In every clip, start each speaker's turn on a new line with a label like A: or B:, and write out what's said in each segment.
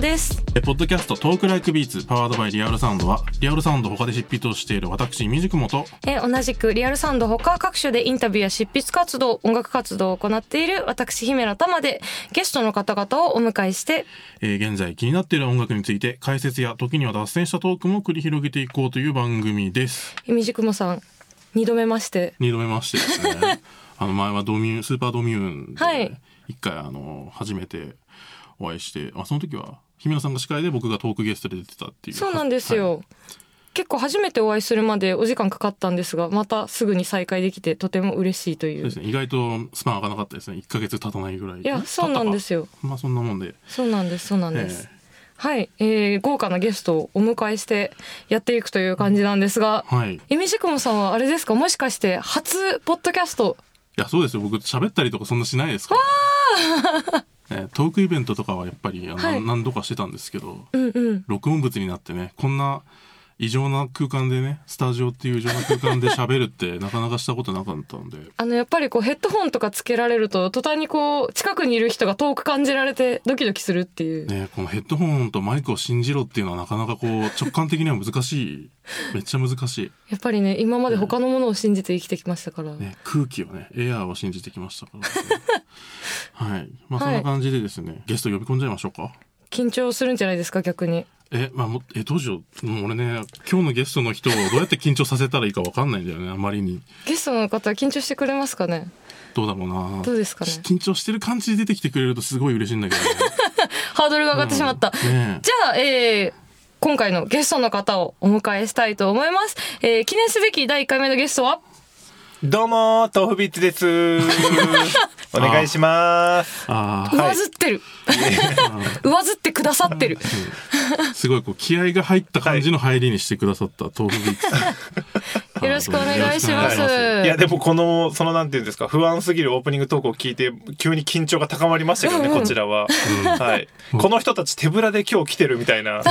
A: です
B: えポッドキャストトークライクビーツパワードバイリアルサウンドはリアルサウンド他で執筆をしている私ミュージクモと
A: え同じくリアルサウンド他各種でインタビューや執筆活動音楽活動を行っている私姫野玉でゲストの方々をお迎えして
B: えー現在気になっている音楽について解説や時には脱線したトークも繰り広げていこうという番組です
A: みじくもさん二度目まして
B: 二度目ましてです ねあの前はドミュースーパードミューンで、
A: はい
B: 一回あの初めてお会いしてあその時は姫野さんが司会で僕がトークゲストで出てたっていう
A: そうなんですよ、結構初めてお会いするまでお時間かかったんですがまたすぐに再会できてとても嬉しいとい
B: そう
A: う
B: ですね、意外とスパン開かなかったですね1か月経たないぐらい
A: いやそうなんですよ
B: まあそんなもんで
A: そうなんですそうなんです、
B: え
A: はい、えー、豪華なゲストをお迎えしてやっていくという感じなんですが、
B: はいい
A: えみじくもさんはあれですかもしかして初ポッドキャスト
B: やそうですよ僕喋ったりとかそんなしないですからえートークイベントとかはやっぱりあの、
A: はい
B: 何度かしてたんですけど
A: うんうん
B: 録音物になってねこんな異常な空間でねスタジオっていう異常な空間で喋るって なかなかしたことなかったんで
A: あのやっぱりこうヘッドホンとかつけられると途端にこう近くにいる人が遠く感じられてドキドキするっていう、
B: ね、このヘッドホンとマイクを信じろっていうのはなかなかこう直感的には難しいめっちゃ難し
A: やっぱりね今まで他のものを信じて生きてきましたから、
B: い、ね、空気をねエアーを信じてきました から、ね、はいまあそん
A: は
B: ない感じでですね、ゲスト呼び込んじゃいましょうか
A: 緊張するんじゃないですか逆に
B: えまあもえどうしようもう俺ね今日のゲストの人をどうやって緊張させたらいいかわかんないんだよねあまりに
A: ゲストの方緊張してくれますかね
B: どうだろうな
A: どうですかね
B: 緊張してる感じで出てきてくれるとすごい嬉しいんだけど、ね、
A: ハードルが上がってしまった、
B: うんね
A: じゃあ、えー今回のゲストの方をお迎えしたいと思います、えー記念すべき第1回目のゲストは
C: どうもー、豆腐ビーツです。 お願いします。
B: あ
A: 上ずって る、上ずってくださってる
B: あすごいこう気合が入った感じの入りにしてくださった豆腐ビーツさん
A: よろしくお願いします
B: よろしくお願いし
C: いや、でもこの、そのなんていうんですか、不安すぎるオープニングトークを聞いて、急に緊張が高まりましたけどね、
A: うんうん
C: こちらは。はい。この人たち手ぶらで今日来てるみたいな。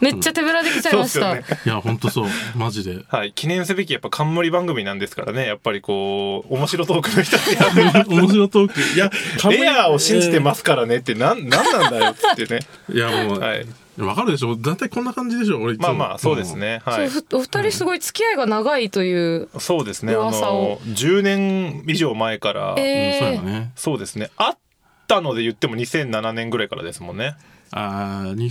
A: めっちゃ手ぶらできちゃい
C: そう
A: ま
C: で
A: し
C: す
A: た、
C: よね。
B: いや本当そうマジで
C: はい。記念すべきやっぱ冠番組なんですからね、やっぱりこう、面白トークの人にや
B: 面白トークいや、
C: るエアーを信じてますすからねって、なん、なんなんだよっつってね。
B: えーいやもう、
C: はい。
B: わかるでしょ大体こんな感じでしょ俺いつも
C: まあまあ、そうですね。はい。
A: そうふお二人すごい付き合いが長いという、
C: そうですね。あ
A: 噂を
C: の、10年以上前から、
B: うん、
A: え
B: そう
A: ー
B: やね
C: そうですね。あったので言っても2007年ぐらいからですもんね。
B: あーに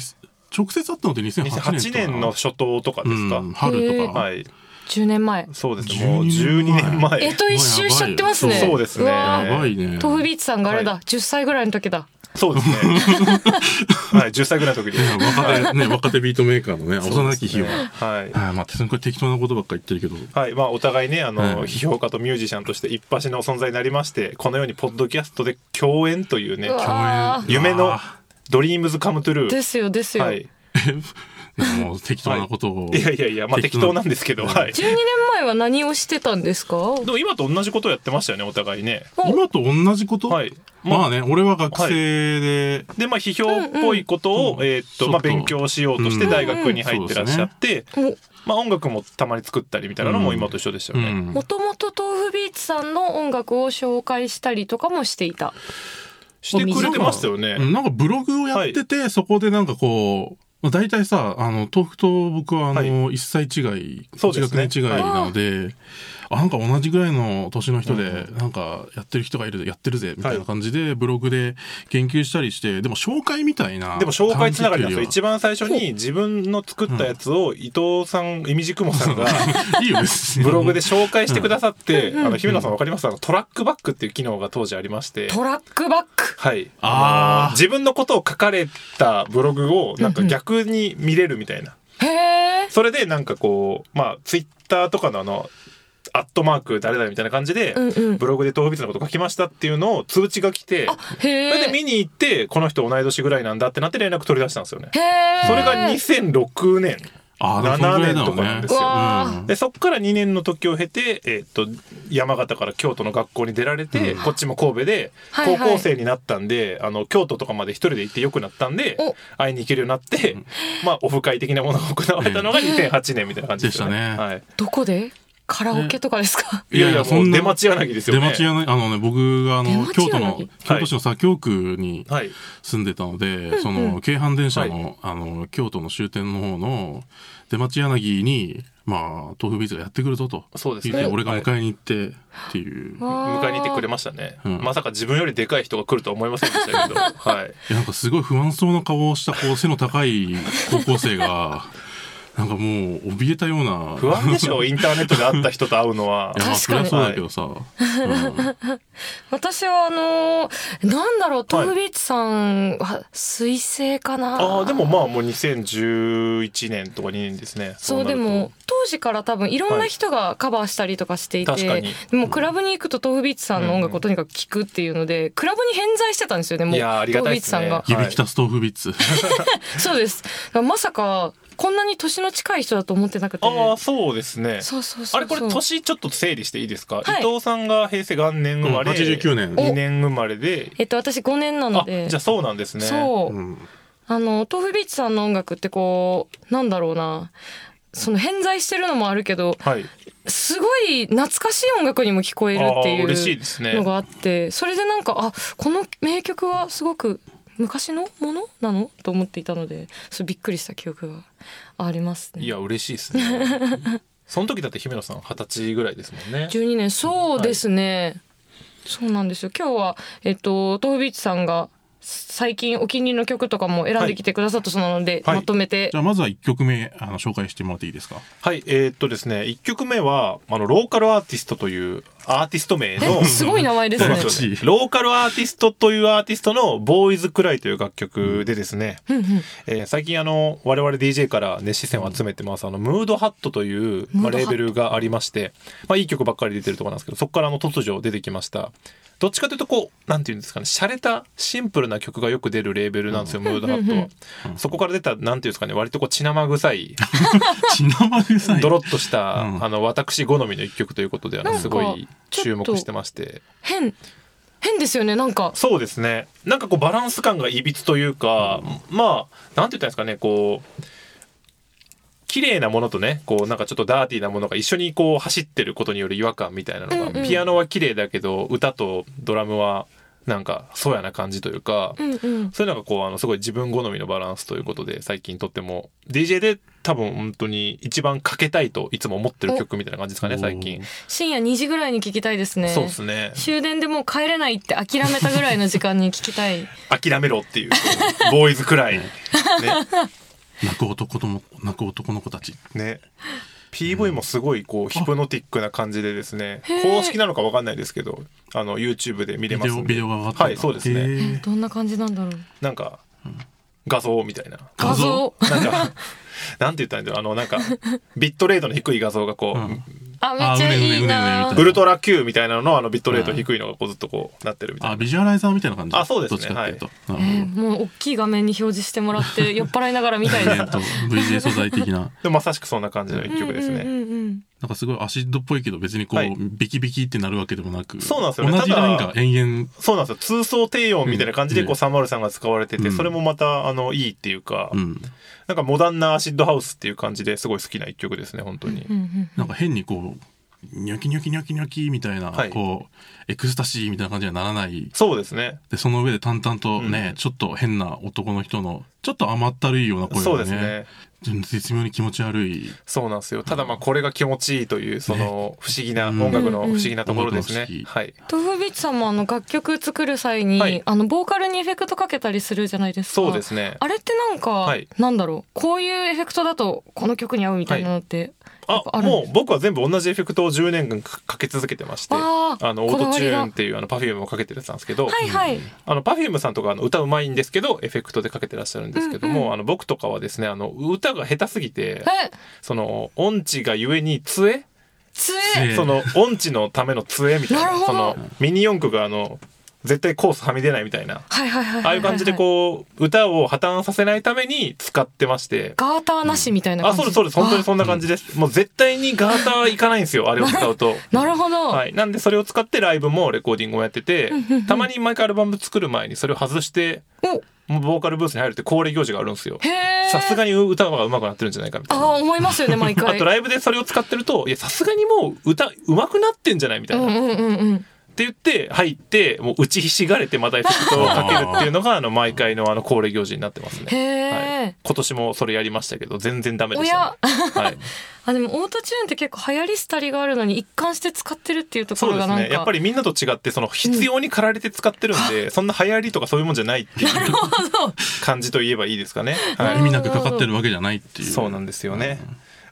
B: 直接会ったのって2008年とか
C: 2008年の初頭とかですか。
B: うん、春とか、
C: は
B: え
C: い。
A: 10年前
C: そうですね。もう
B: 12
C: 12
B: 年
C: 年
B: 前
C: 前。
A: えっと一周しちゃってますね
B: そう
C: そうですね
A: わー
B: やばいね
A: 豆腐ビーツさんがあれだ、
C: は
A: 10歳ぐらいの時だ
C: そう ですね。はい、10歳ぐらいの時です。
B: 若手 ね若手ビートメーカーのね幼き日は、
C: はい。
B: あーまあこれ適当なことばっか言ってるけど
C: はい、まあお互いねあの、
B: はい
C: 批評家とミュージシャンとして一発の存在になりましてこのようにポッドキャストで共演というね
A: うわあー
C: 夢の
B: あ
C: ドリームズカムトゥルー
A: ですよですよ、
C: はい、い
B: ーもう適当なことを、
C: やいやいやまあ適当なんですけど、はい、
A: 12年前は何をしてたんですか
C: でも今と同じことをやってましたよねお互いね
B: 今と同じこと、
C: はい
B: まあね俺は学生で、
C: でまあ批評っぽいことを、
B: うんうん
C: えーっ
B: ちょっ
C: と
B: と
C: まあ勉強しようとして
B: うん
C: 大学に入ってらっしゃって、
A: も
C: まあ音楽もたまに作ったりみたいなのも今と一緒でしたよね。
B: うん
A: もともと豆腐ビーツさんの音楽を紹介したりとかもしていた
C: してくれてましたよね。
B: うんなんかブログをやってて、そこでなんかこう、まあ、大体さ、あの、豆腐と僕はあの、一切違い、
C: そうです
B: 一
C: ね
B: 学年違いなので、あ、なんか同じぐらいの年の人で、なんかやってる人がいる、やってるぜ、みたいな感じで、ブログで研究したりして、でも紹介みたいな。
C: でも紹介つながりなんです
B: 感じ
C: よ。一番最初に自分の作ったやつを伊藤さん、いみじくもさんが
B: というよりはいいよ、別に
C: ブログで紹介してくださって、
A: ん
C: あの、姫野さんわかりますあの、トラックバックっていう機能が当時ありまして。
A: トラックバック
C: はい。
B: あー
C: の自分のことを書かれたブログをなんか逆に見れるみたいな。
A: へえ
C: それでなんかこう、まあ、ツイッターとかのあの、アットマーク誰々みたいな感じで、
A: うんうん
C: ブログで豆腐ビーツのこと書きましたっていうのを通知が来て、それ
A: へ
C: で
A: え
C: 見に行って、この人同い年ぐらいなんだってなって連絡取り出したんですよね。
A: へえ
C: それが2006年。
B: あーでもそのぐらいだろうね
C: 7年とかなんですよ
A: うわ
C: で、そっから2年の時を経て、えーっと、山形から京都の学校に出られて、こっちも神戸で、
A: はいは
C: 高
A: い
C: 校生になったんで、あの、京都とかまで一人で行って良くなったんで
A: お、
C: 会いに行けるようになって、まあ、オフ会的なものが行われたのが2008年みたいな感
B: で
C: じで
B: し
C: す
B: た
C: よ
B: ね。
C: はい。
A: どこでカラオケとかですか、
C: いやいや、そんな出町柳ですよね。
B: 出町柳、あのね、僕があの、
A: 出町柳
B: 京都の、京都市の左京区に
C: はい。
B: 住んでたので、そ
A: うん
B: の、京阪電車の、あの、京都の終点の方の、出町柳に、まあ、豆腐ビーツがやってくるぞと。
C: そうです
B: 言っ
C: ね。
B: て、俺が迎えに行って、っていう。い
A: わー
C: 迎えに行ってくれましたね、
B: うん
C: まさか自分よりでかい人が来るとは思いませんでしたけど、はい。
B: やなんかすごい不安そうな顔をした、こう、背の高い高校生が、なんかもう、怯えたような。
C: 不安で しょう、インターネットで会った人と会うのは。
B: いやまあ
A: 確かに
B: そりゃそうだけどさ。うん
A: 私はあのーなんだろう、ト
C: はい
A: ムビーチさんは水星かな。
C: ああ、でもまあもう2011年とか2年ですね。
A: そう
C: な
A: で
C: ると
A: も。当時から多分いろんな人がカバーしたりとかしていて、
C: 確かに
A: でもクラブに行くと豆腐ビーツさんの音楽をとにかく聴くっていうので、クラブに偏在してたんですよねもう
C: いやーありがたい
A: ビー
C: で
A: チ
C: す
A: さ
C: ね
A: んが、
B: 指きたストーフビッツ。
A: そうですだからまさかこんなに年の近い人だと思ってなくて
C: ああ、そうですね。
A: そうそうそうそう
C: あれこれ年ちょっと整理していいですか、
A: はい
C: 伊藤さんが平成元年生まれ、
B: うん89年
A: お
C: 2年生まれで
A: えっと私5年なの
C: あ
A: で
C: じゃあそうなんですね
A: そう、
B: うん
A: あの豆腐ビーチさんの音楽ってこうなんだろうなその偏在してるのもあるけど
C: はい
A: すごい懐かしい音楽にも聞こえるって
C: あー嬉し
A: い
C: い
A: う
C: ですね
A: のがあってそれでなんかあこの名曲はすごく昔のものなのと思っていたのでそうびっくりした記憶があります
C: い
A: ね。
C: や嬉しいですね その時だって姫野さん二十歳ぐらいですもんね
A: 12年そうですね、そうなんですよ今日はえっと豆腐ビーチさんが最近お気に入りの曲とかも選んできてくださったそうなので、
C: はい
A: まとめて
B: じゃあまずは1曲目あの紹介してもらっていいですか
C: はいえーっとですね一曲目はあのローカルアーティストというアーティスト名の
A: え すごい名前です
C: そ
A: ね
C: うなん。ですよ
B: 素
C: ね
B: 晴らしい
C: ローカルアーティストというアーティストの「ボーイズクライ」という楽曲でですね、
A: うんうん
C: えー最近あの我々 DJ から熱視線を集めてます、あのムードハットという、
A: ムードハッ
C: まあ、
A: ト
C: レーベルがありまして、まあ、いい曲ばっかり出てるところなんですけどそこからあの突如出てきましたどっちかというとこうなんていうんですかね洒落たシンプルな曲がよく出るレーベルなんですよ、ムードハットは、そこから出たなんていうんですかね割とこう血生臭い
B: 血生臭い
C: ドロッとした、
B: うん
C: あの私好みの一曲ということであ
A: な
C: の
A: んか
C: すごい注目
A: ちょっと
C: してまして
A: 変変ですよねなんか
C: そうですねなんかこうバランス感がいびつというか、まあなんて言ったらいいんですかねこう綺麗なものとねこうなんかちょっとダーティーなものが一緒にこう走ってることによる違和感みたいなのが、
A: うんうん
C: ピアノは綺麗だけど歌とドラムはなんかそうやな感じというか、
A: うんうん
C: そういうのがこうあのすごい自分好みのバランスということで最近とっても DJ で多分本当に一番かけたいといつも思ってる曲みたいな感じですかね
B: お
C: 最近、
A: 深夜2時ぐらいに聞きたいですね
C: そうですね
A: 終電でもう帰れないって諦めたぐらいの時間に聞きたい
C: 諦めろっていうボーイズくらい、ね、
B: 泣く男とも泣く男の子たち
C: ね PV もすごいこうヒプノティックな感じでですね
A: へー
C: 公式なのかわかんないですけどあの YouTube で見れ
B: ビ
C: ま
B: デ
C: す
B: オ
C: ん
B: ビ
C: で
B: デオが上がって
C: はいそうですね
B: ね
A: どんな感じなんだろう
C: なんか画像みたいな
A: 画
B: 画像
A: 像
C: なんか なんて言ったらいいんだろうあのなんかビットレートの低い画像がこう、
B: うん
A: あめっちゃいい
B: あ
A: な
B: うねうねうねうねみた
C: ウ
B: い
C: ルトラ Q みたいなののあのビットレート低いのがこうずっとこうなってるみたいな
B: あビジュアライザーみたいな感じ
C: あそうですね
B: どっちかっていうと、
A: え
B: なる
A: ーもう大きい画面に表示してもらって酔っ払いながら見たい
B: ほど
A: で
B: え
A: す
B: ーと VJ 素材的な
C: でまさしくそんな感じの一曲ですね、
A: うんうんうん
B: なんかすごいアシッドっぽいけど別にこう、
C: はい
B: ビキビキってなるわけでもなく
C: そうなんですよね
B: 同じ
C: ただ
B: ラインが延
C: そうなんですよ通奏低音みたいな感じでこ
B: う
C: うん303が使われてて、
B: うん
C: それもまたあのいいっていうか、
B: 々、うん、
C: なんかモダンなアシッドハウスっていう感じですごい好きな一曲ですね本当に、
A: うんうん
B: なんか変にこうニョキニョキニョキニョキみたいな、
C: はい
B: こうエクスタシーみたいな感じにはならない
C: そうですね
B: でその上で淡々とね、
C: うん
B: ちょっと変な男の人のちょっと甘ったるいような声
C: そう
B: が
C: です
B: ね
C: ね
B: 絶妙に気持ち悪い
C: そうなんですよただまあこれが気持ちいいというその不思議な音楽の不思議なところですね、
B: うんうん
C: はい
A: トフビッチさんもあの楽曲作る際に、
C: はい
A: あのボーカルにエフェクトかけたりするじゃないですか
C: そうですね
A: あれってなんか、
C: はい
A: なんだろうこういうエフェクトだとこの曲に合うみたいなのって、やっ
C: あ
A: ぱあるん
C: も
A: です
C: う僕は全部同じエフェクトを10年間かけ続けてまして
A: あ
C: あ
A: ー
C: のオ
A: こだ
C: ート
A: わ
C: チ
A: り
C: ュ
A: が
C: ーンっていうあのパフュームをかけてるやつなんですけど、
A: はいはい、
C: あの、パフュームさんとかあの歌うまいんですけど、エフェクトでかけてらっしゃるんですけども、
A: うんうん
C: あの、僕とかはですね、あの、歌が下手すぎて、
A: え
C: その、音痴がゆえに杖、
A: つ
B: え
A: え
B: え
C: その、音痴のための杖みたい
A: なる
C: な、
A: ほ
C: そ
A: ど
C: の、ミニ四駆があの、絶対コースはみ出ないみたいな、
A: はいはいはいはいはいはい
C: ああいう感じでこう、歌を破綻させないために使ってまして、
A: ガーターなしみたいな感
C: あ、
A: じ、
C: そうです、そうです、本当に
A: う
C: そんな感じです。もう絶対にガーターいかないんですよ、あれを使 うと。
A: なるほど、
C: はい、なんでそれを使ってライブもレコーディングもやってて
A: んうんうん
C: たまに毎回アルバム作る前にそれを外して
A: お
C: ボーカルブースに入るって恒例行事があるんですよ
A: へえ
C: さすがに歌が上手くなってるんじゃないかみたい
A: あ
C: な
A: あ思いますよね毎
C: あ
A: 回
C: とライブでそれを使ってるといやさすがにもう歌上手くなってんじゃないみたいな、
A: うん
C: って
A: うんうんうん
C: 言って入ってもう打ちひしがれてまたエフェクトをかけるっていうのがあの毎回のあの恒例行事になってま
A: へ
C: すね。
A: え、
C: はい、今年もそれやりましたけど全然ダメで
A: お
C: した、
A: や
C: ね。 はい、
A: あでもオートチューンって結構流行り廃りがあるのに一貫して使ってるっていうとこ
C: そう
A: ろ
C: で
A: が
C: す
A: なんか
C: ねやっぱりみんなと違ってその必要に駆られて使ってるんで、そんな流行りとかそういうもんじゃないっ ていう感じといえばいいですかね。は
B: 意味なくかかってるわけじゃないって
C: い、
B: いう
C: そうなん
B: で
C: ですよね。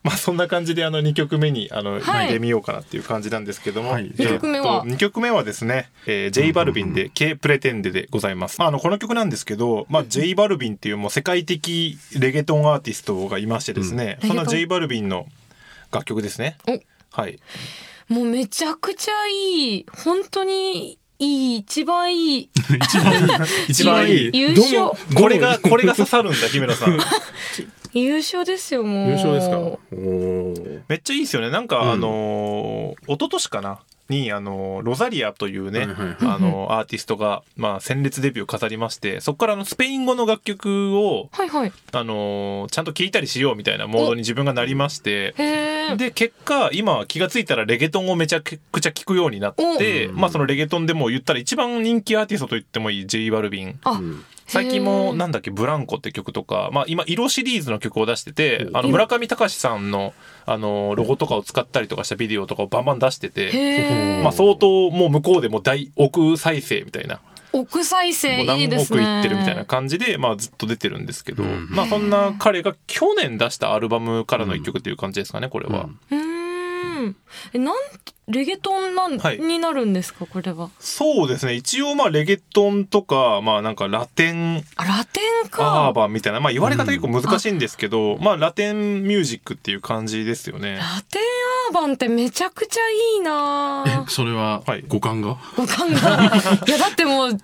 C: まあそんな感じであの2曲目にあの
A: はい
C: 入れてみようかなっていう感じなんですけども、
B: はい
C: えっ
A: 二
C: と
A: 曲目は
C: 二曲目はですね、えー、J バルビンで K プレテンデでございます。まああのこの曲なんですけど、まあ J バルビンっていうもう世界的レゲトンアーティストがいましてですね、
A: うん
C: そんな
A: レゲトン
C: J バルビンの楽曲ですね
A: お。
C: はい。
A: もうめちゃくちゃいい本当にいい一番いい
B: 一番いい
C: 一番いい
A: 優勝
C: これがこれが刺さるんだ姫野さん。
A: 優勝ですよもう
B: 優勝ですかおー
C: めっちゃいいですよねなんか、
B: うん
C: あのー一昨年かなにあのーロザリアというね、
B: はいはいはい
C: あのーアーティストが、まあ、鮮烈デビューを飾りましてそこからあのスペイン語の楽曲を、
A: はいはい
C: あのーちゃんと聴いたりしようみたいなモードに自分がなりまして
A: へえ
C: で結果今気がついたらレゲトンをめちゃくちゃ聴くようになって、
B: お
C: まあ、そのレゲトンでも言ったら一番人気アーティストと言ってもいい J バルビン。
A: あ、
B: うん
C: 最近もなんだっけ「ブランコ」って曲とか、まあ、今色シリーズの曲を出しててあの
A: 色
C: 村上隆さんのあのロゴとかを使ったりとかしたビデオとかをバンバン出して
A: へ
C: て、
A: え、
C: まあ、相当もう向こうでもう大億再生みたいな
A: 奥再生
C: もう
A: い
C: 何
A: いです
C: 億
A: ね
C: いってるみたいな感じで、まあ、ずっと出てるんですけど、
B: うん
C: まあ、そんな彼が去年出したアルバムからの一曲という感じですかねこれは。
B: うん
A: うーんえなんレゲトンなん、
C: はい
A: になるんですかこれは
C: そうですね一応まあレゲトンとか,、まあ、なんかラテン
A: あラテン
C: ア
A: か
C: ーバンみたいな、まあ、言われ方結構難しいんですけど、まあ、ラテンミュージックっていう感じですよね。
A: ラテンアーバンってめちゃくちゃいいな
B: えそれは
C: はい
B: 五感が、
A: 五感が いやだってもう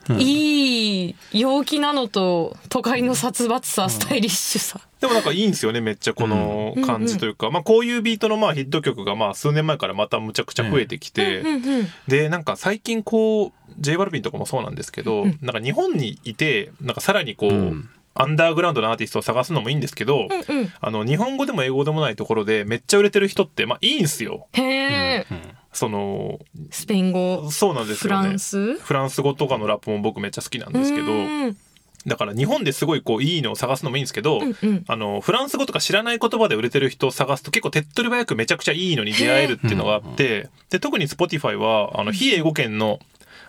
A: いい陽気なのと都会の殺伐さスタイリッシュさ
C: でもなんかいいんですよねめっちゃこの感じというか、まあ、こういうビートのまあヒット曲がまあ数年前からまたむちゃくちゃ増えてきて、
A: うんうん
C: でなんか最近こう j バルビンとかもそうなんですけど、
A: うん
C: なんか日本にいてなんかさらにこう、
B: うん
C: アンダーグラウンドのアーティストを探すのもいいんですけど、
A: うんうん
C: あの日本語でも英語でもないところでめっちゃ売れてる人ってまあいいんすよ。
A: へえ、
B: うん
C: その
A: スペイン語
C: そうなんです
A: フ
C: よ
A: ラ
C: ね
A: ン。ス
C: フランス語とかのラップも僕めっちゃ好きなんですけど、
A: うん
C: だから日本ですごいこういいのを探すのもいいんですけど、
A: うんうん
C: あのフランス語とか知らない言葉で売れてる人を探すと結構手っ取り早くめちゃくちゃいいのに出会えるっていうのがあってで特に Spotify はあの非英語圏の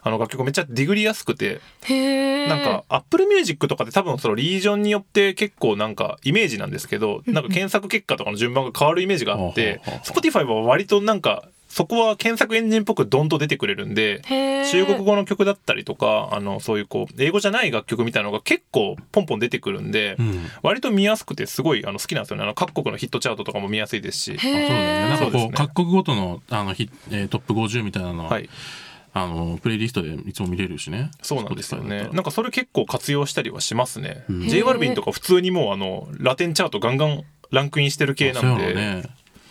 C: あの楽曲めっちゃディグりやすくて
A: へえ
C: なんか Apple Music とかで多分そのリージョンによって結構なんかイメージなんですけどなんか検索結果とかの順番が変わるイメージがあって
B: うん
C: Spotify は割となんかそこは検索エンジンっぽくドンと出てくれるんで
A: へえ
C: 中国語の曲だったりとかあのそういうこう英語じゃない楽曲みたいなのが結構ポンポン出てくるんで。
B: うん
C: 割と見やすくてすごいあの好きなんですよねあの各国のヒットチャートとかも見やすいですし
A: へ
B: あそうだね、なんか
A: え
C: そ
B: こ
C: うで
B: う
C: すね
B: 各国ごとのあのヒ、えートップ50みたいなのは、
C: はい
B: あのプレイリストでいつも見れるしね
C: そうなんですよ
B: Spotify だ
C: ね
B: った
C: な
B: ら
C: んかそれ結構活用したりはしますね
B: ん
C: j ワルビンとか普通にもうあのラテンチャートガンガンランクインしてる系な
B: そうや
C: んで
B: ろうね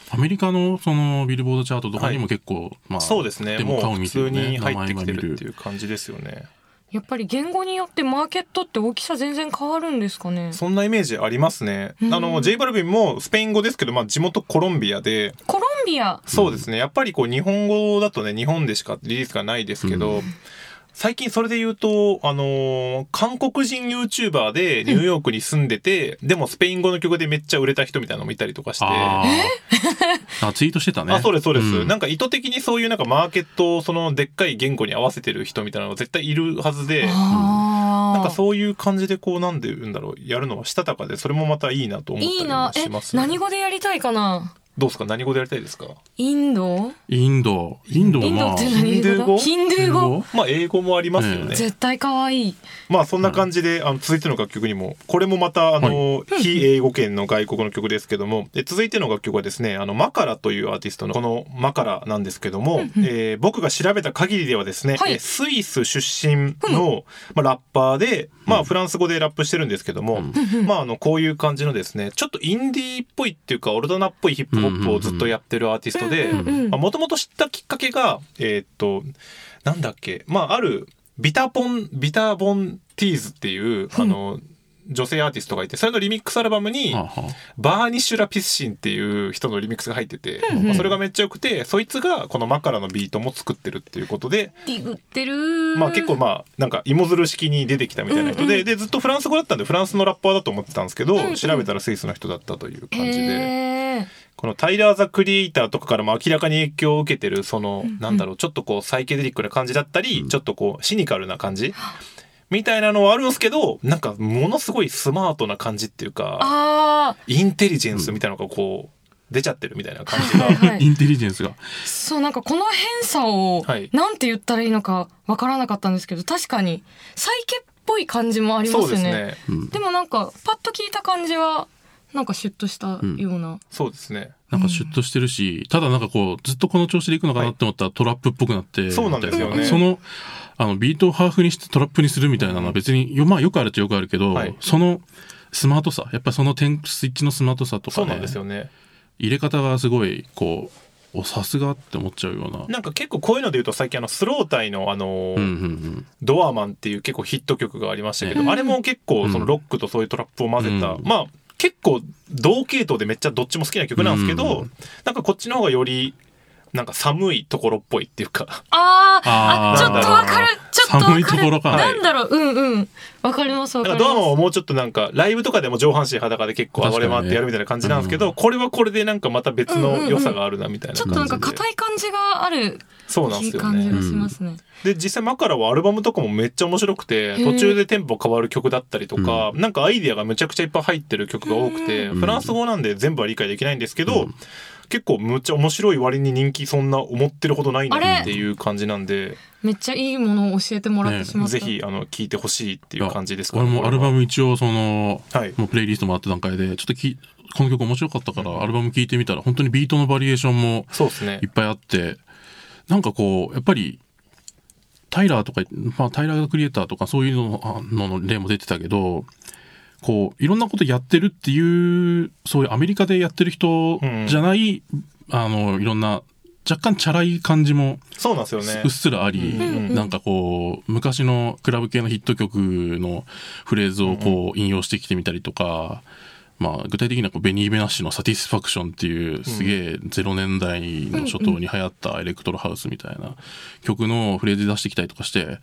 B: アメリカのそのビルボードチャートとかにも結構、まあ
C: そうですね
B: でも
C: も
B: 顔
C: う普
B: 見て
C: 通
B: るね
C: に入ってき
B: 名
C: て
B: 前
C: る
B: は
C: っていう感じですよね
A: やっぱり言語によってマーケットって大きさ全然変わるんですかね
C: そんなイメージありますねあ
A: う
C: の
A: ん
C: j バルビンもスペイン語ですけどまあ地元コロンビアで
A: コロンビア
C: そうですねやっぱりこう日本語だとね日本でしかリリースがないですけど、最近それで言うと、あのー韓国人 YouTuber でニューヨークに住んでて、でもスペイン語の曲でめっちゃ売れた人みたいなのもいたりとかして。
B: あーあツイートしてたね
C: あ、そうです、そうです、
B: ん
C: なんか意図的にそういうなんかマーケットをそのでっかい言語に合わせてる人みたいなのが絶対いるはずで、
A: あ
C: な
A: あ
C: んかそういう感じでこうなんで言うんだろう、やるのはしたたかで、それもまたいいなと思っ
A: いいな
C: たり
A: え
C: もします、
A: 何語でやりたいかな
C: どうですか何語でやりたいですか
A: インド
B: インドインドは
A: イン
B: ま
A: ド
B: あ
A: って何語
C: ヒ
A: ヒンドゥー語
C: まあ英語もありますよね。
B: うん
A: 絶対可愛い
C: まあそんな感じで、あの続いての楽曲にもこれもまたあの、非英語圏の外国の曲ですけどもえ続いての楽曲はですねあのマカラというアーティストのこの「マカラ」なんですけども、えー僕が調べた限りではですね、
A: はい
C: えスイス出身の、まあ、ラッパーで、まあ、フランス語でラップしてるんですけども、まあ、あのこういう感じのですねちょっとインディーっぽいっていうかオルドナっぽいヒップホップをずっとやってるアーティストで
A: うんうんうん
C: もともと知ったきっかけがえーっとなんだっけまああるビタボンビタボンティーズっていうあの女性アーティストがいてそれのリミックスアルバムに
B: あは
C: バーニッシュ・ラピスシンっていう人のリミックスが入ってて、
A: うん
C: まあそれがめっちゃ良くてそいつがこのマカラのビートも作ってるっていうことで、
A: ディグってる
C: まあ、結構まあなんか芋づる式に出てきたみたいな人で,、でずっとフランス語だったんでフランスのラッパーだと思ってたんですけど、
A: うんうん
C: 調べたらスイスの人だったという感じで。
A: へー
C: このタイラー・ザ・クリエイターとかからも明らかに影響を受けてるその、なんだろうちょっとこうサイケデリックな感じだったり、ちょっとこうシニカルな感じみたいなのはあるんですけどなんかものすごいスマートな感じっていうか
A: あ
C: インテリジェンスみたいなのがこう出ちゃってるみたいな感じが
A: はいはい
B: あインテリジェンスが
A: ーそうなんかこの変さを
C: はい
A: なんて言ったらいいのかわからなかったんですけど確かにサイケっぽい感じもありま
C: そう
A: す
C: です
A: ね
C: ね
B: うん
A: でもなんかパッと聞いた感じはなんかシュッとしたような、
C: そうですね
B: なんかシュッとしてるし、ただなんかこう、ずっとこの調子でいくのかなって思ったらトラップっぽくなって、
C: そうなんですよね
B: みたいその、あの、ビートをハーフにしてトラップにするみたいなのは別に、よまあよくあるっちゃよくあるけど、
C: はい
B: そのスマートさ、やっぱりその点、スイッチのスマートさと
C: そ
B: か
C: うなん
B: ね
C: で、すよね
B: 入れ方がすごい、こう、お、さすがって思っちゃうような。
C: なんか結構こういうので言うと最近あのスロータイのあの、
B: うんうん
C: ドアマンっていう結構ヒット曲がありましたけど、
A: うん
C: あれも結構そのロックとそういうトラップを混ぜた、
B: うん
C: まあ結構同系統でめっちゃどっちも好きな曲なんですけど、
B: う
C: なんかこっちの方がよりなんか寒いところっぽいっていうか
A: あーあ
B: あー
A: ちょっとわかるちょっとわ
B: 寒いと
A: かる
B: ころか
A: なんだろううんうんわかりますわ
C: な
A: か
C: んか
A: り
C: ドアマン
A: ま
C: はもうちょっとなんかライブとかでも上半身裸で結構暴れ回ってやるみたいな感じなんですけど、これはこれでなんかまた別の良さがあるなみたいな
A: すちょ
C: 感
A: っ
C: じ
A: とな
C: で、
A: んか硬い感じがある
C: そうなん
A: い
C: で
A: い
C: すよ
A: 感じ
C: ね
A: がしますね
C: で実際マカラはアルバムとかもめっちゃ面白くて
A: ー
C: 途中でテンポ変わる曲だったりとか、なんかアイディアがむちゃくちゃいっぱい入ってる曲が多くて、
B: ん
C: フランス語なんで全部は理解できないんですけど、結構むっちゃ面白い割に人気そんな思ってるほどないなっていう感じなんで、
A: めっちゃいいものを教えてもらってしまった、
C: ぜひあの聞いてほしいってい
B: うん。
C: う感じですか
B: 俺もアルバ
C: ム
B: ム一応その、
C: はい
B: もうプレイリストもあった段階で、ちょっときこの曲面白かったから、アルバム聴いてみたら、本当にビートのバリエーションも、
C: そうですね
B: いっぱいあってなんかこうやっぱりタイラーとか、まあ、タイラークリエイターとかそういうのあのの例も出てたけどこういろんなことやってるっていうそういうアメリカでやってる人
C: うん
B: じゃない、あのいろんな若干チャラい感じも
C: そうなんですよね
B: うっすらあり、
A: うん
B: なんかこう昔のクラブ系のヒット曲のフレーズをこう引用してきてみたりとか、まあ、具体的にはこうベニー・ベナッシュの「サティスファクション」っていうすげえ0年代の初頭に流行ったエレクトロハウスみたいな曲のフレーズ出してきたりとかして。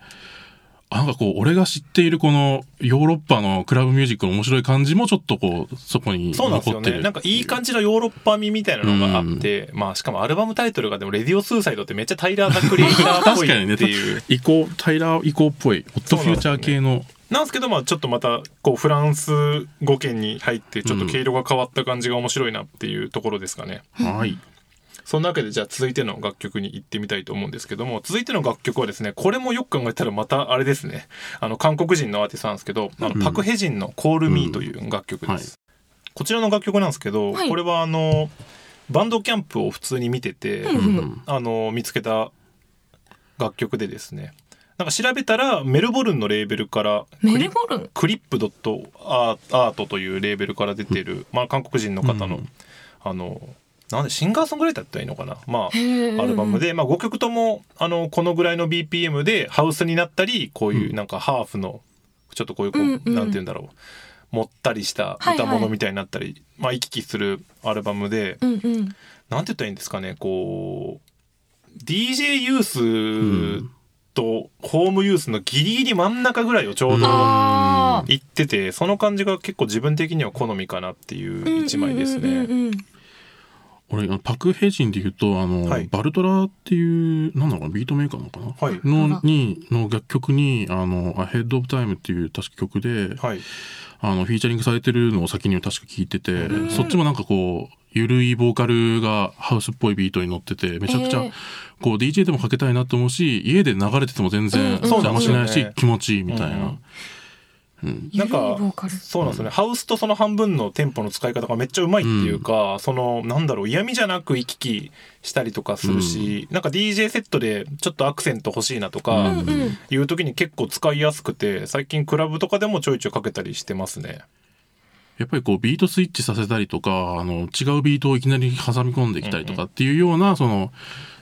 B: なんかこう、俺が知っているこのヨーロッパのクラブミュージックの面白い感じもちょっとこう、そこに
C: そ
B: 残
C: うなん
B: っ
C: ですよ
B: てる。
C: ねなんかいい感じのヨーロッパ味みたいなのがあって、まあしかもアルバムタイトルがでも「レディオ・スーサイド」ってめっちゃタイラー・ザ・クリエイター っぽ
B: 確かに
C: い
B: ね、
C: っていう。
B: 移行、タイラー移行っぽい、ホットフューチャー系の
C: なんですけど、まあ、ちょっとまたこうフランス語圏に入ってちょっと毛色が変わった感じが面白いなっていうところですかね。
B: はい。
C: そんなわけでじゃあ続いての楽曲に行ってみたいと思うんですけども続いての楽曲はですねこれもよく考えたらまたあれですねあの韓国人のアーティストなんですけど、あのパク・ヘジンの「Call Me」という楽曲です。
B: はい
C: こちらの楽曲なんですけど、
A: はい
C: これはあのバンドキャンプを普通に見てて、
A: うんうん
C: あの見つけた楽曲でですねなんか調べたらメルボルンのレーベルから
A: メルボルン
C: クリップドットアートというレーベルから出てる、まあ、韓国人の方の、あのなんでシンガーソングライターって言ったらいいのかな、ま
A: へー
C: あ、アルバムで、まあ、5曲ともあのこのぐらいの BPM でハウスになったりこういうなんかハーフのちょっとこういうこう、
A: うんうん
C: なんて言うんだろうもったりした歌
A: はいは
C: 物
A: い
C: みたいになったり、まあ、行き来するアルバムで、
A: うんうん
C: なんて言ったらいいんですかねこう DJ ユースとホームユースのギリギリ真ん中ぐらいをちょうど、
B: うん
A: あ
C: 行っててその感じが結構自分的には好みかなっていう
A: ー
C: 一枚です
A: うんうんう
C: ね。
A: んうん
B: 俺あのパク・ヘジンで言うとあの、
C: はい
B: バルトラっていうなんだろうなビートメーカーなのかな、
C: はい
A: バ
B: の
A: ルト
B: にの楽曲に「あの Ahead of Time」っていう確か曲で、
C: はい、
B: あのフィーチャリングされてるのを先に確か聞いてて、
A: うん
B: そっちもなんかこうゆるいボーカルがハウスっぽいビートに乗っててめちゃくちゃ、
A: えー
B: こう DJ でもかけたいなと思うし家で流れてても全然
A: うんうん
B: 邪魔しないし、
C: そうなんですよね
B: 気持ちいいみたいな。
C: うん
A: ゆ
C: な
A: る
C: ん
A: いボー
C: か
A: カル
C: そうなんですよね、ハウスとその半分のテンポの使い方がめっちゃうまいっていうか、そのなんだろう嫌味じゃなく行き来したりとかするし、なんか DJ セットでちょっとアクセント欲しいなと
A: う
C: か
A: んうん
C: いう時に結構使いやすくて最近クラブとかでもちょいちょいかけたりしてますね。
B: やっぱりこうビートスイッチさせたりとかあの違うビートをいきなり挟み込んできたりとかっていうような、その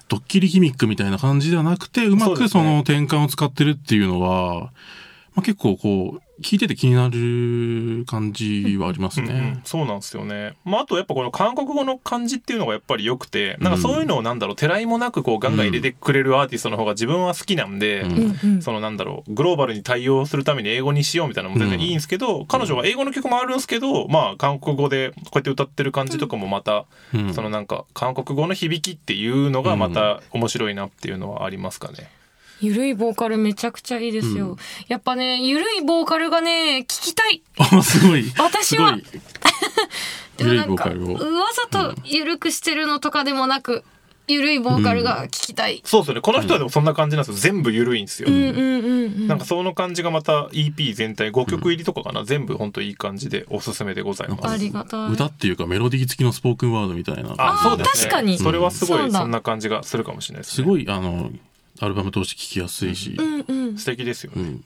B: ドッキリギミックみたいな感じではなくてうま
C: そうで
B: く
C: すね
B: その転換を使ってるっていうのはまあ、結構こう聞いてて気になる感じはあります
C: うんうん
B: ね。
C: そうなんですよね、まあ、あとやっぱこの韓国語の漢字っていうのがやっぱり良くてなんかそういうのをなんだろうてらいもなくこうガンガン入れてくれるアーティストの方が自分は好きなんで、
B: うん
A: うんうん
C: そのなんだろうグローバルに対応するために英語にしようみたいなのも全然いいんですけど、彼女は英語の曲もあるんですけど、まあ、韓国語でこうやって歌ってる感じとかもまた、
B: うん
C: そのなんか韓国語の響きっていうのがまた面白いなっていうのはありますかね。
A: ゆるいボーカルめちゃくちゃいいですよ。
B: うん
A: やっぱね、ゆるいボーカルがね、聞きたい
B: あすごい
A: 私は
B: すごい
A: でも
B: ゆる
A: ないん
B: ボー
A: か、
B: カルを
A: うわざとゆるくしてるのとかでもなく、ゆるいボーカルが聞きたい。
C: そうですよねこの人はでもそんな感じなんですよ全部緩いんですよ。
A: うんうんうんうん。
C: なんかその感じがまた EP 全体5曲入りとかかな、全部ほんといい感じでおすすめでございま
A: あ
C: す。
A: りがたい。
B: 歌っていうかメロディー付きのスポークンワードみたいな
A: あー確かに
C: それはすご
A: そう
C: い
A: だ
C: そんな感じがするかもしれないです、
B: す
C: ね。
B: ごいあのアルバム通して聴きやすいし、
A: うんうん。
C: 素敵ですよね。
B: うん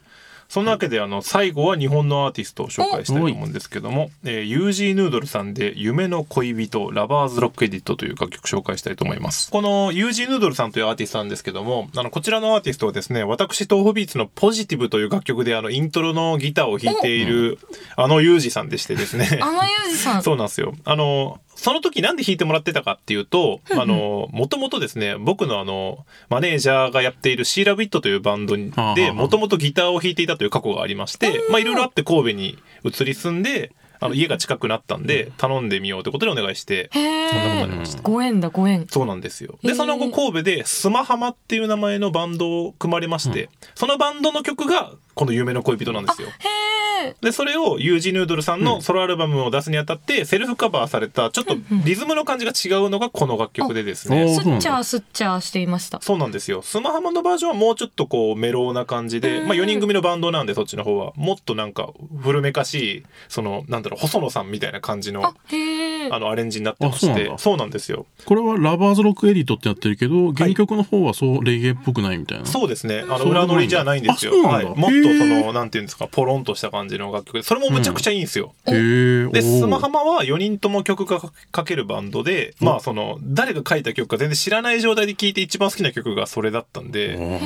C: そんなわけであの最後は日本のアーティストを紹介したいと思うんですけども、えー、ユージー・ヌードルさんで「夢の恋人ラバーズ・ロック・エディット」という楽曲紹介したいと思いますこのユージー・ヌードルさんというアーティストなんですけどもあのこちらのアーティストはですね私東方ビーツの「ポジティブ」という楽曲であのイントロのギターを弾いているあのユージさんでしてで すね
A: あのゆうじさん。
C: そうなんですよ。あの、その時なんで弾いてもらってたかっていうと、あの、もともとですね、僕のあの、マネージャーがやっているシーラビットというバンドに
B: ああ
C: で、
B: あ
C: もともとギターを弾いていたという過去がありまして、まあいろいろあって神戸に移り住んで、あの、家が近くなったんで、頼んでみようということでお願いして、
A: へ
C: そんなことに
A: え。
C: なりました。
A: ご縁だ、ご縁。
C: そうなんですよ。
A: へー
C: で、その後神戸で、スマハマっていう名前のバンドを組まれまして、そのバンドの曲が、この夢の恋人なんですよ。
A: へえ。
C: でそれを U 字ヌードルさんのソロアルバムを出すにあたってセルフカバーされたちょっとリズムの感じが違うのがこの楽曲でです
B: お
C: ね
B: ー
A: すっちゃーすっちゃーしていました。
C: そうなんですよスマハマのバージョンはもうちょっとこうメローな感じで、
A: うん
C: まあ、4人組のバンドなんでそっちの方はもっとなんか古めかしいそのなんだろう細野さんみたいな感じの
A: あ、へえ。
C: あのアレンジになってまして
B: あ
C: そ
B: そうう
C: な
B: なんんだ
C: ですよ
B: これはラバーズロックエディットってやってるけど原曲の方はそうレゲエっぽくないみたいな
C: そうですねあの
B: そうなんだ
C: 裏取りじゃないんですよ、
B: あそう
C: は
B: なん
C: い、
B: だ
C: もっ
B: へ
C: とそ
B: ー
C: のなんていうんですかポロンとした感じの楽曲でそれもめちゃくちゃいいんですよ、
B: へえ
C: で、スマハマは4人とも曲が書けるバンドで、まあその、誰が書いた曲か全然知らない状態で聴いて一番好きな曲がそれだったんで、
A: へえ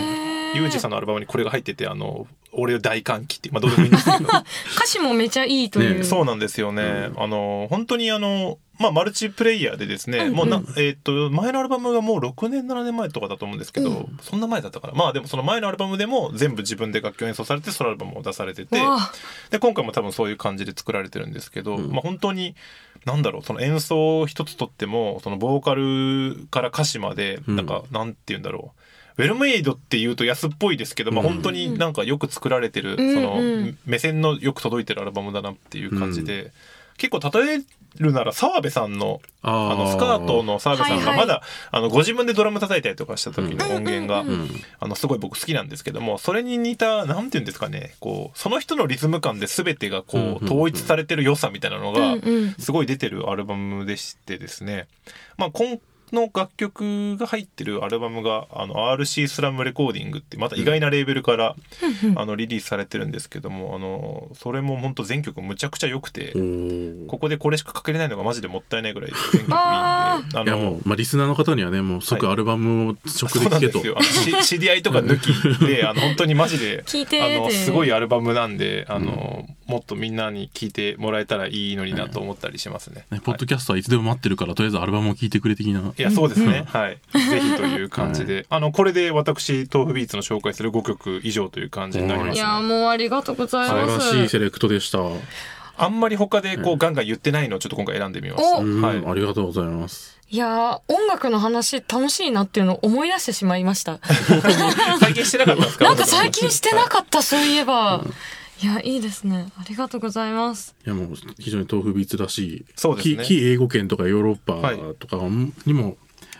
C: ユージさんのアルバムにこれが入ってて、あの、俺を大歓喜っていう、まあどうでもいいんですけど、
A: 歌詞もめちゃいいという。
B: ね
C: そうなんですよね。あの、本当にあの、まあマルチプレイヤーでですね、もうな、えっと、前のアルバムがもう6年、7年前とかだと思うんですけど、そんな前だったから、まあでもその前のアルバムでも全部自分で楽曲演奏されて、ソロアルバムを出されてて、
A: わあ
C: で今回も多分そういう感じで作られてるんですけど、まあ本当になんだろうその演奏一つとってもそのボーカルから歌詞まで
B: うん
C: なんか、なんて言うんだろうウェルメイドっていうと安っぽいですけど、まあ
B: うん
C: 本当になんかよく作られてる、
A: うん
C: その
A: うん
C: 目線のよく届いてるアルバムだなっていう感じで、結構例えるなら澤部さんのあ
B: あ
C: のスカート
B: の
C: の澤部さ
A: は
C: んが
A: いは
C: ま
A: い
C: だ、あのご自分でドラム叩いたりとかした時の音源が、
A: うんうんうん
C: あのすごい僕好きなんですけどもそれに似たなんていうんですかねこうその人のリズム感で全てが
B: うん
C: こ
B: うん
C: う
B: うん
C: 統一されてる良さみたいなの
A: う
C: が
A: んうん。
C: すごい出てるアルバムでしてですねまあこの楽曲が入ってるアルバムがあの RC スラムレコーディングってまた意外なレーベルからあのリリースされてるんですけどもあのそれも本当全曲むちゃくちゃ良くてここでこれしかかけれないのがマジでもったいないぐらい全曲いいんで
A: あ
C: あの
B: いやもう、まあ、リスナーの方にはねもう即
C: はい
B: アルバムを直
C: そう
B: で聴
C: なん
B: け
C: で
B: と、
C: すよ。あのし知り合いとか抜きで、あの本当にマジで、
A: 聞いて
C: あの
A: って
C: すごいアルバムなんで、あの、もっとみんなに聞いてもらえたらいいのになと思ったりしますね。
B: ねポッドキャストはいつでも待ってるからとりあえずアルバムを聴いてくれ的ない
C: やそうですね、はいぜひという感じで、あのこれで私豆腐ビーツの紹介する5曲以上という感じになりま
A: い
C: す、
A: や、
C: ね、
A: もうありがとうござい
B: 素晴
A: ま
B: ら
A: す。
B: しいセレクトでした、
C: あんまり他でこうガンガン言ってないのをちょっと今回選んでみました
A: お
B: うん
C: はい
B: ありがとうございます
A: いやー、音楽の話楽しいなっていうのを思い出してしまいました。
C: 最近してなかったんですか
A: なんか最近してなかった、そういえば。いや、いいですね。ありがとうございます。
B: いやもう非常に豆腐ビーツらしい
C: そうですね
B: 非非英語圏とかヨーロッ
C: はい
B: パとかにも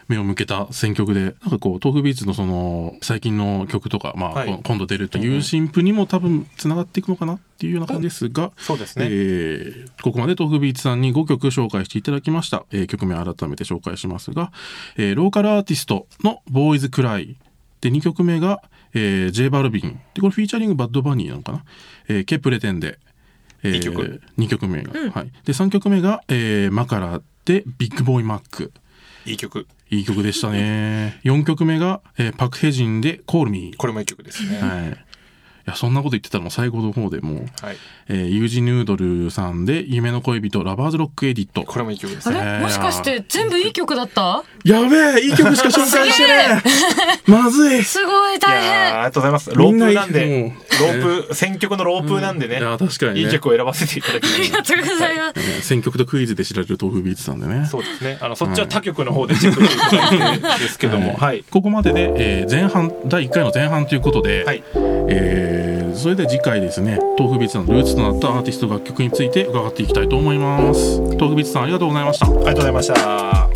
B: 目を向けた選曲で、なんかこう豆腐ビーツのその最近の曲とか、まあ、
C: はい
B: こ今度出るという新譜にも多分つながっていくのかなっていうような感じですが、
C: そうですね
B: えーここまで豆腐ビーツさんに5曲紹介していただきました、えー曲名改めて紹介しますが、えーローカルアーティストの「ボーイズ・クライ」で2曲目が、えー、J ・バルビンでこれフィーチャリングバッドバニーなのかな「えーケ・プレテンで」えー
C: 二曲
B: 二曲目が、はい、で3曲目が、えーマカラ」で「ビッグボーイ・マック」
C: いい曲
B: いい曲でしたね4曲目が、えーパク・ヘジンで「コール・ミー
C: これもいい曲ですね、」
B: はいやそんなこと言ってたの最後の方でもう、
C: はい、
B: えー、ユージ・ヌードルさんで「夢の恋人ラバーズ・ロック・エディット
C: これもいい曲です
A: あ
C: ね
A: れもしかして全部いい曲だった」
B: やべえいい曲しか紹介してねえまずい
A: すごい
C: い
A: 大
C: やー
A: 変
C: ありがとうございますロープなん
B: みん
C: で
B: なも
C: ロープ選曲のロープなんでね、
B: いや確かにね
C: いい曲を選ばせていただきま
A: あり
C: し
A: がとうございます。
B: ね選曲とクイズで知られる豆腐ビーツさんでね
C: たそうですねあのそっちは他局の方でチェックしていただいてですけどもはい
B: ここまでで、えー前半第1回の前半ということで、
C: はい
B: えーそれで次回ですね豆腐ビーツさんのルーツとなったアーティスト楽曲について伺っていきたいと思います豆腐ビーツさんありがとうございました
C: ありがとうございました